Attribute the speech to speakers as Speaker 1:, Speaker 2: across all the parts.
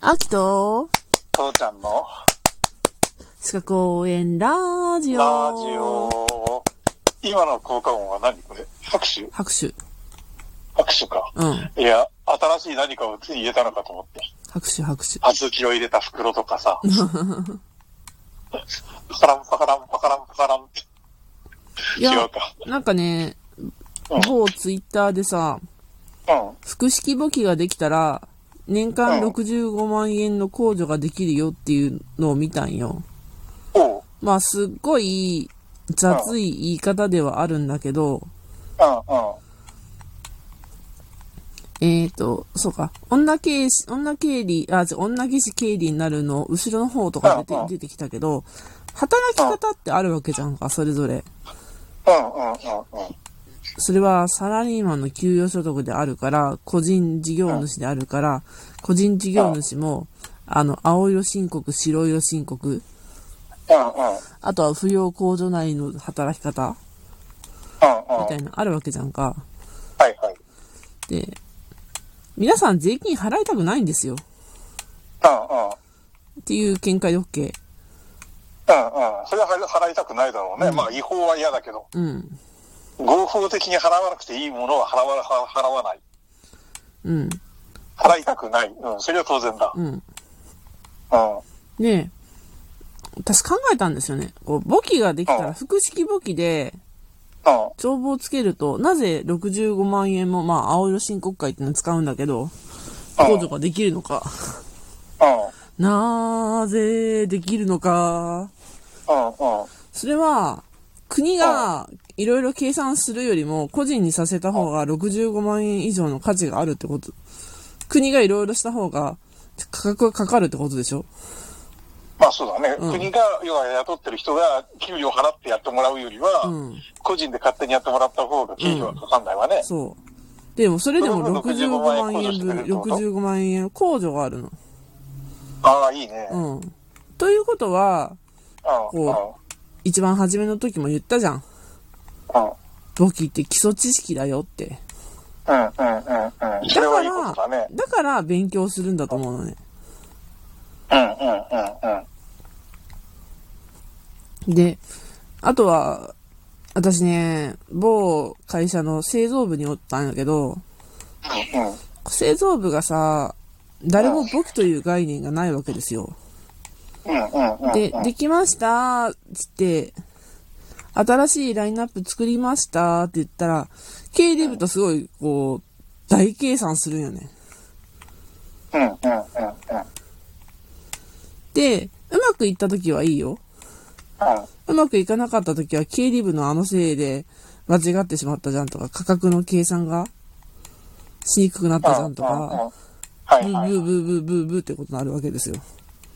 Speaker 1: 秋と、
Speaker 2: 父ちゃんの
Speaker 1: 地下公園ラジオ。
Speaker 2: ラジオ。今の効果音は何これ拍手
Speaker 1: 拍手。
Speaker 2: 拍手か。
Speaker 1: うん。
Speaker 2: いや、新しい何かをつい入れたのかと思って。
Speaker 1: 拍手拍手。
Speaker 2: 小豆を入れた袋とかさ。パカランパカランパカランパカランって。
Speaker 1: い
Speaker 2: 違
Speaker 1: や
Speaker 2: う、か。
Speaker 1: なんかね、
Speaker 2: うん
Speaker 1: 某ツイッターでさ、
Speaker 2: うん。
Speaker 1: 複式簿記ができたら、年間
Speaker 2: うん
Speaker 1: 65万円の控除ができるよっていうのを見たんよ。
Speaker 2: おう。
Speaker 1: まあ、すっごい雑い言い方ではあるんだけど、
Speaker 2: うんうん。
Speaker 1: えーと、そうか。女経士、女経理、あ、違う女技師経理になるの、後ろの方とか出
Speaker 2: うんうん
Speaker 1: て出てきたけど、働き方ってあるわけじゃんか、それぞれ。
Speaker 2: うんうんうんうん。
Speaker 1: それはサラリーマンの給与所得であるから、個人事業主であるから、個人事業主も、あの、青色申告、白色申告、
Speaker 2: うんうん。
Speaker 1: あとは扶養控除内の働き方
Speaker 2: うんうん。
Speaker 1: み
Speaker 2: は
Speaker 1: た
Speaker 2: い
Speaker 1: いなのあるわけじゃんか。
Speaker 2: はい。
Speaker 1: で、皆さん税金払いたくないんですよ。
Speaker 2: うんうん。
Speaker 1: っていう見解で OK。
Speaker 2: うんうん。それは払いたくないだろうね。まあ違法は嫌だけど。
Speaker 1: うん。
Speaker 2: 合法的に払わなくていいものは払わ払わない。
Speaker 1: うん。
Speaker 2: 払いたくない。うん、それは当然だ。
Speaker 1: う
Speaker 2: うん。
Speaker 1: ん。で、私考えたんですよね。こう、簿記ができた
Speaker 2: う
Speaker 1: ら、
Speaker 2: ん
Speaker 1: 複式簿記で
Speaker 2: うん。
Speaker 1: 帳簿をつけると、なぜ65万円も、まあ、青色申告会っていうのを使うんだけど、控除ができるのか。
Speaker 2: う
Speaker 1: なぜできるのか。
Speaker 2: ん。うん。うん。
Speaker 1: それは、国がいろいろ計算するよりも、個人にさせた方が65万円以上の価値があるってこと。国がいろいろした方が、価格がかかるってことでしょ
Speaker 2: まあそうだね。
Speaker 1: ん
Speaker 2: 国が、要は雇ってる人が給料を払ってやってもらうよりは、
Speaker 1: うん
Speaker 2: 個人で勝手にやってもらった方が給料はかかんないわね。
Speaker 1: そう。でも、それでも
Speaker 2: それで
Speaker 1: 65
Speaker 2: も
Speaker 1: 万円
Speaker 2: 65万
Speaker 1: 分、
Speaker 2: 円控除してくれるって
Speaker 1: 65万円控除があるの。
Speaker 2: ああ、いいね。うん。
Speaker 1: うん。ということは、
Speaker 2: うん。うん。
Speaker 1: こ一番初めの時も言ったじゃん。簿記って基礎知識だよって。
Speaker 2: うん。うん。うん。うん。そ
Speaker 1: だ
Speaker 2: れ
Speaker 1: か
Speaker 2: はいいことだね
Speaker 1: ら、。だから勉強するんだと思うのね。
Speaker 2: うん。うん。うん。うん。
Speaker 1: で、あとは、私ね、某会社の製造部におったんやけど、
Speaker 2: うん。
Speaker 1: 製造部がさ、誰も簿記という概念がないわけですよ。
Speaker 2: うん。うん。うん。
Speaker 1: で、できましたーっつって、新しいラインナップ作りましたーって言ったら、経理部とすごい、こう、大計算するんよね。
Speaker 2: うん。うん。うん。うん。
Speaker 1: で、うまくいった時はいいよ。うまくいかなかった時は経理部のあのせいで間違ってしまったじゃんとか、価格の計算がしにくくなったじゃんと
Speaker 2: うんう
Speaker 1: か、
Speaker 2: んは
Speaker 1: ブ
Speaker 2: い
Speaker 1: ー
Speaker 2: はい
Speaker 1: ブーブーブーブーブーってことになるわけですよ。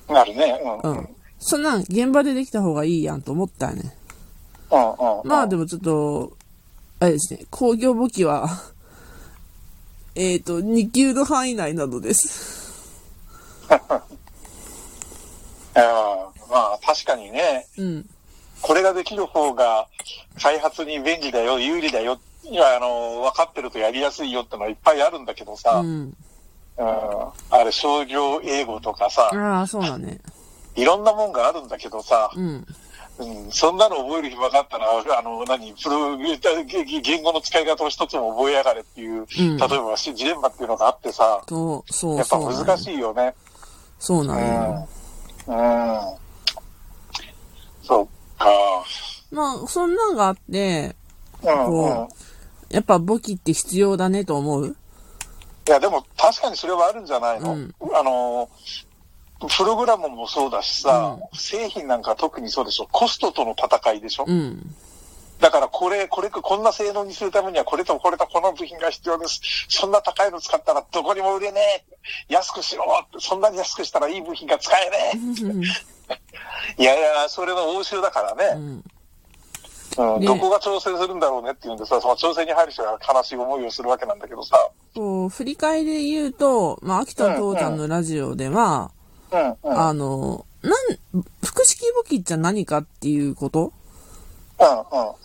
Speaker 2: なるね。う。
Speaker 1: うん
Speaker 2: うん。
Speaker 1: ん。そんなん現場でできた方がいいやんと思ったよね。
Speaker 2: うん。うん。
Speaker 1: まあでもちょっと、あれですね、工業簿記は、 えっ、と、2級の範囲内なのです。
Speaker 2: いやーまあ確かにね、
Speaker 1: うん。
Speaker 2: これができる方が開発に便利だよ、有利だよ、いやあの、分かってるとやりやすいよってのはいっぱいあるんだけど
Speaker 1: う
Speaker 2: さ、うん、
Speaker 1: ん。
Speaker 2: あれ商業英語とかさ、
Speaker 1: ああ、そうだね。
Speaker 2: いろんなもんがあるんだけどさ、
Speaker 1: うん。
Speaker 2: うん、そんなの覚える暇があったら、あの、何、プロ、言語の使い方を一つも覚えやがれってい
Speaker 1: う
Speaker 2: う、
Speaker 1: ん
Speaker 2: 例えばジレンマっていうのがあってさ、
Speaker 1: そう、そう、
Speaker 2: やっぱ
Speaker 1: そうなの
Speaker 2: 難しいよね。
Speaker 1: そうなのよ。
Speaker 2: うん。うん。そっか。
Speaker 1: まあ、そんなんがあって、
Speaker 2: うんうん
Speaker 1: こ。やっぱ簿記って必要だねと思う
Speaker 2: いや、でも確かにそれはあるんじゃないの、
Speaker 1: うん
Speaker 2: あの、プログラムもそうだしさ、製品なんか特にそうでしょ。コストとの戦いでしょ、
Speaker 1: うん。
Speaker 2: だからこれ、これ、こんな性能にするためにはこれとこれとこの部品が必要です。そんな高いの使ったらどこにも売れねえ。安くしろそんなに安くしたらいい部品が使えねえ。いやいや、それの応酬だからね。
Speaker 1: うん。
Speaker 2: うん
Speaker 1: ね
Speaker 2: どこが調整するんだろうねっていうんでさ、その調整に入る人が悲しい思いをするわけなんだけどさ。
Speaker 1: こう、振り返りで言うと、まあ、秋田父ちゃんのラジオでは、
Speaker 2: うんうん。うんうん。
Speaker 1: あの、なん、複式簿記っちゃ何かっていうこと
Speaker 2: うん。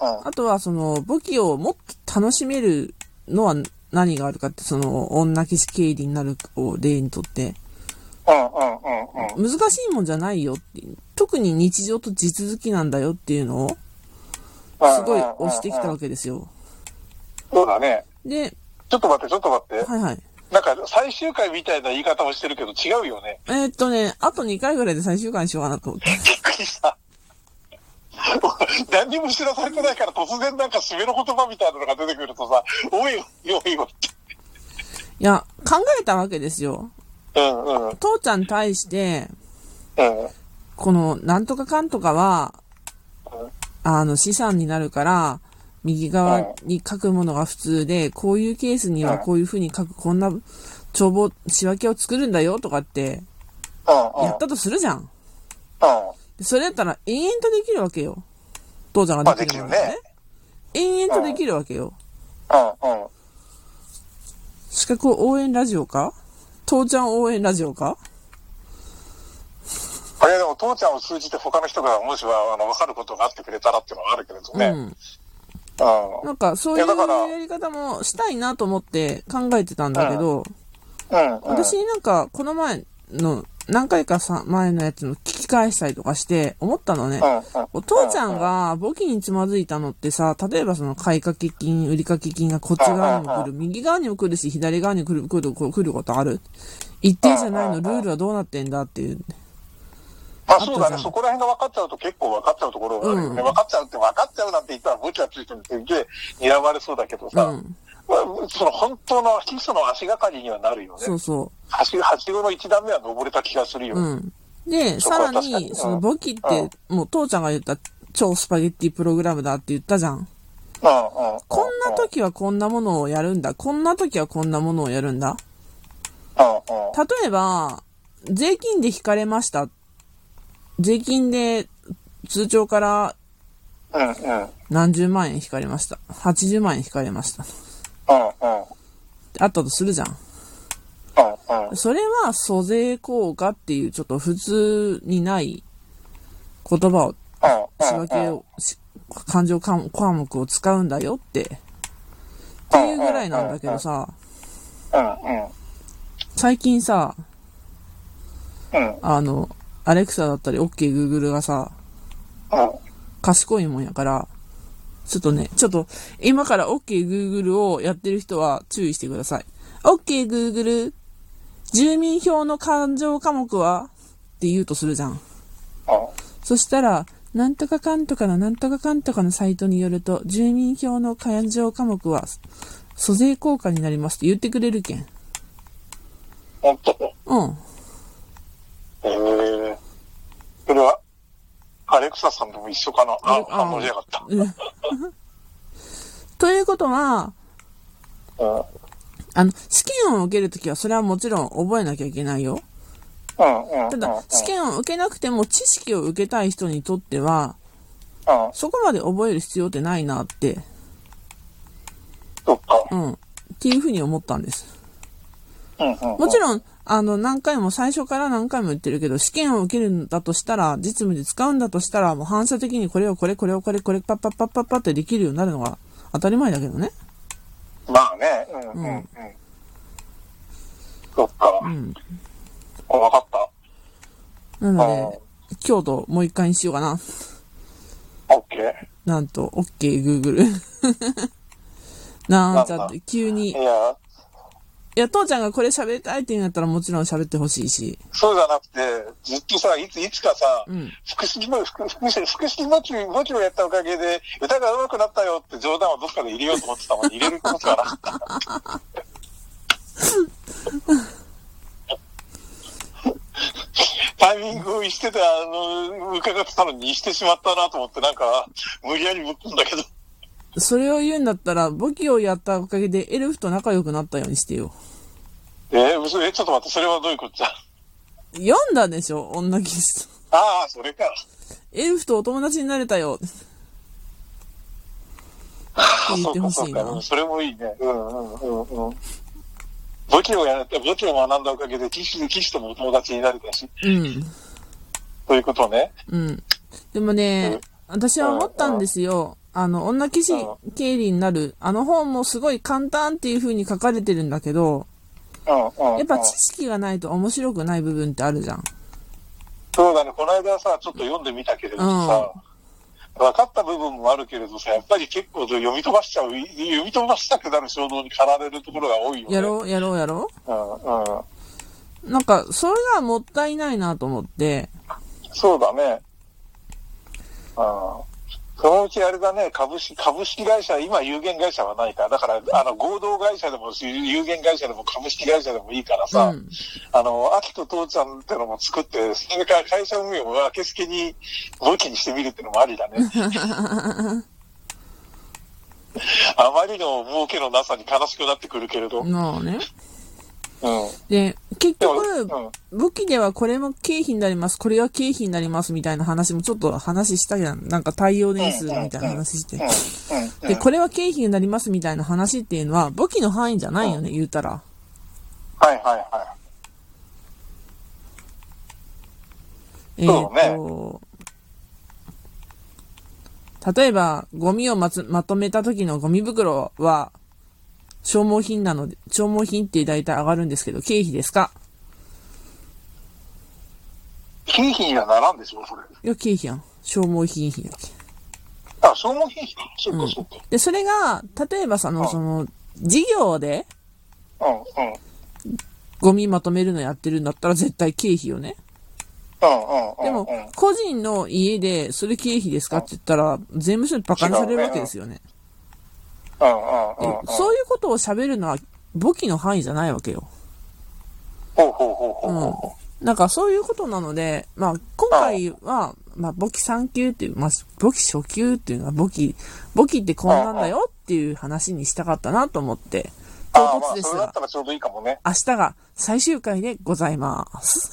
Speaker 1: あとは、その、簿記をもっと楽しめるのは何があるかって、その、女騎士経理になるを例にとって。
Speaker 2: うんうん
Speaker 1: 難しいもんじゃないよっていう特に日常と地続きなんだよっていうのを、すごい押してきたわ
Speaker 2: け。
Speaker 1: けですよ。
Speaker 2: そうだね。
Speaker 1: で、
Speaker 2: ちょっと待って、ちょっと待って。
Speaker 1: はいはい。
Speaker 2: なんか、最終回みたいな言い方をしてるけど、違うよね。
Speaker 1: えーっとね、あと2回ぐらいで最終回にしようかなと思って。
Speaker 2: びっくりした。 何にも知らされてないから、突然なんか締めの言葉みたいなのが出てくるとさ、おいおいおいおいって。
Speaker 1: いや、考えたわけですよ。
Speaker 2: うんうん
Speaker 1: 父ちゃんに対して、
Speaker 2: うん。
Speaker 1: この、なんとかかんとかは、あの、資産になるから、右側に書くものが普通で、こういうケースにはこういう風に書く、こんな帳簿、仕分けを作るんだよとかって、
Speaker 2: うん
Speaker 1: やったとするじゃん。
Speaker 2: うん。うん。
Speaker 1: でそれだったら延々とできるわけよ。父ちゃんができるものが
Speaker 2: まあ
Speaker 1: ね。延々とできるわけよ。
Speaker 2: うんうん。
Speaker 1: 資格応援ラジオか父ちゃん応援ラジオか
Speaker 2: あれでも、父ちゃんを通じて他の人が、もしは、あの、わかることがあってくれたらっていうのはあるけれどね。
Speaker 1: うん。
Speaker 2: うん。
Speaker 1: なんか、そういう
Speaker 2: いやだから
Speaker 1: やり方もしたいなと思って考えてたんだけど、
Speaker 2: うん。うん。
Speaker 1: 私なんか、この前の、何回かさ前のやつの聞き返したりとかして、思ったのね
Speaker 2: う。ん。うん。
Speaker 1: お父ちゃんが簿記につまずいたのってさ、例えばその買掛金、売掛金がこっち側にも来る、右側にも来るし、左側に来る、来る、来ることある一定じゃないの、ルールはどうなってんだっていう。
Speaker 2: まあそうだね、
Speaker 1: あとさ
Speaker 2: そこら辺が分かっちゃうと結構分かっちゃうところがあるよね。
Speaker 1: うん
Speaker 2: 分かっちゃうって分かっちゃうなんて言ったら無茶ついてるってで睨まれそうだけどさ、
Speaker 1: うん
Speaker 2: まあ、その本当の基礎の足がかりにはなるよね。
Speaker 1: そうそ
Speaker 2: はしはしごの一段目は登れた気がするよ。
Speaker 1: う。うん。で、
Speaker 2: そ
Speaker 1: さ
Speaker 2: こは
Speaker 1: ら
Speaker 2: 確かに
Speaker 1: に、その簿記って、もう父ちゃんが言った超スパゲッティプログラムだって言ったじゃん。
Speaker 2: うんうん
Speaker 1: こんな時はこんなものをやるんだ。こんな時はこんなものをやるんだ。
Speaker 2: うんうん
Speaker 1: 例えば、税金で引かれました。税金で通帳から
Speaker 2: うんうん
Speaker 1: 何十万円引かれました。80万円引かれました。
Speaker 2: うんうん
Speaker 1: あったとするじゃん。
Speaker 2: うんうん
Speaker 1: それは租税効果っていうちょっと普通にない言葉を、仕分けを、し感情かん項目を使うんだよって、っていうぐらいなんだけどさ、
Speaker 2: うんうん
Speaker 1: 最近さ、
Speaker 2: うん
Speaker 1: あの、アレクサだったり、オッケーグーグルがさ、
Speaker 2: うん
Speaker 1: 賢いもんやから、ちょっとね、ちょっと、今から OK Google をやってる人は注意してください。OK Google、住民票の勘定科目はって言うとするじゃん。そしたら、なんとかかんとかのなんとかかんとかのサイトによると、住民票の勘定科目は、租税効果になりますって言ってくれるけん。
Speaker 2: 本当
Speaker 1: うん。
Speaker 2: えー、それはアレクサさんとも一緒かなあ反応しやがった
Speaker 1: うんということは、
Speaker 2: うん
Speaker 1: あの、試験を受けるときは、それはもちろん覚えなきゃいけないよ。
Speaker 2: うんうん
Speaker 1: た
Speaker 2: うん
Speaker 1: だ、試験を受けなくても知識を受けたい人にとっては、
Speaker 2: うん
Speaker 1: そこまで覚える必要ってないなって、
Speaker 2: そっか
Speaker 1: うん、っていうふうに思ったんです。
Speaker 2: うんうん
Speaker 1: もちろん、あの、何回も、最初から何回も言ってるけど、試験を受けるんだとしたら、実務で使うんだとしたら、もう反射的にこれをこれ、これをこれ、これ、パッパッパッパッパってできるようになるのが当たり前だけどね。
Speaker 2: まあね、うんうんうん。そっか。
Speaker 1: ん
Speaker 2: あわかった。
Speaker 1: な
Speaker 2: あ
Speaker 1: ので、京都もう一回にしようかな。
Speaker 2: オッケー。
Speaker 1: なんと、OK、Google。なんちゃ
Speaker 2: なん
Speaker 1: っ
Speaker 2: だ
Speaker 1: て、急に。
Speaker 2: いや、
Speaker 1: いや、父ちゃんがこれ喋りたいって言うんだったらもちろん喋ってほしいし。
Speaker 2: そうじゃなくて、ずっとさ、いつ、いつかさ、
Speaker 1: ん
Speaker 2: 福祉も、福祉、福祉もち、もちをやったおかげで、歌が上手くなったよって冗談をどっかで入れようと思ってたのに、入れることがなかった。タイミングを逸してて、あの、伺ってたのに、逸してしまったなと思って、なんか、無理やりぶっ込んだけど。
Speaker 1: それを言うんだったら、簿記をやったおかげでエルフと仲良くなったようにしてよ。
Speaker 2: えー、嘘え、ちょっと待って、それはどういうことじゃ
Speaker 1: 読んだでしょ女キスト。
Speaker 2: ああ、それか。
Speaker 1: エルフとお友達になれたよ。
Speaker 2: あ
Speaker 1: 言
Speaker 2: そ
Speaker 1: っ
Speaker 2: う
Speaker 1: て
Speaker 2: か
Speaker 1: ほ
Speaker 2: そ
Speaker 1: しいうな
Speaker 2: か、 うんそれもいいね。うんうんうんうん。武器をやって、武器を学んだおかげで、騎士、騎士ともお友達になれたし、
Speaker 1: うん。
Speaker 2: ということね。
Speaker 1: うん。でもね、私は思ったんですよ。あの、女騎士経理になる、あの本もすごい簡単っていう風に書かれてるんだけど、
Speaker 2: うんうん、うん。
Speaker 1: やっぱ知識がないと面白くない部分ってあるじゃん。
Speaker 2: そうだね、この間さ、ちょっと読んでみたけれどさ、分かった部分もあるけれどさ、やっぱり結構読み飛ばしちゃう、い読み飛ばしたくなる衝動に駆られるところが多いよね。
Speaker 1: やろう、やろう、やろ
Speaker 2: うん、うん。
Speaker 1: う。なんか、それがもったいないなと思って、
Speaker 2: そうだね。ああ。そのうちあれだね、株式、株式会社、今有限会社はないから、だから、あの、合同会社でも、有限会社でも、株式会社でもいいからさ、
Speaker 1: うん
Speaker 2: あの、秋と父ちゃんってのも作って、それから会社運営を分け付けに、簿記にしてみるってのもありだね。 あまりの儲けのなさに悲しくなってくるけれど。うん。
Speaker 1: なあね。
Speaker 2: うん。
Speaker 1: で、結
Speaker 2: でも
Speaker 1: 局、武器ではこれも経費になります、これは経費になりますみたいな話もちょっと話したじゃん。なんか対応年数みたいな話して。
Speaker 2: うん。
Speaker 1: で、これは経費になりますみたいな話っていうのは、武器の範囲じゃないよね、言うたら。
Speaker 2: はいはいは
Speaker 1: え
Speaker 2: そうね
Speaker 1: ーと、例えば、ゴミをまつまとめた時のゴミ袋は、消耗品なので、消耗品って大体上がるんですけど、経費ですか
Speaker 2: い。経費にはならんでしょ、それ。
Speaker 1: いや、経費やん。消耗品費やけ。
Speaker 2: あ、消耗品費か。そっかそっか。
Speaker 1: で、それが、例えばその、その、事業で
Speaker 2: うんうん。
Speaker 1: ゴミまとめるのやってるんだったら絶対経費よね。
Speaker 2: うんうん。
Speaker 1: でも、個人の家で、それ経費ですかって言ったら、税務署にバカにされるわけですよね。
Speaker 2: うんうんうんうん。
Speaker 1: そういうことを喋るのは、簿記の範囲じゃないわけよ。
Speaker 2: ほうほうほうほうほうほ
Speaker 1: うん。なんかそういうことなので、まあ今回は、まあ簿記3級っていう、まあ簿記初級っていうのは簿記、簿記ってこんなんだよっていう話にしたかったなと思って、
Speaker 2: う。ああ、
Speaker 1: 唐
Speaker 2: ま
Speaker 1: 突
Speaker 2: あ、
Speaker 1: です
Speaker 2: それだっ
Speaker 1: が、
Speaker 2: たらちょうどいいかもね。
Speaker 1: 明日が最終回でございます。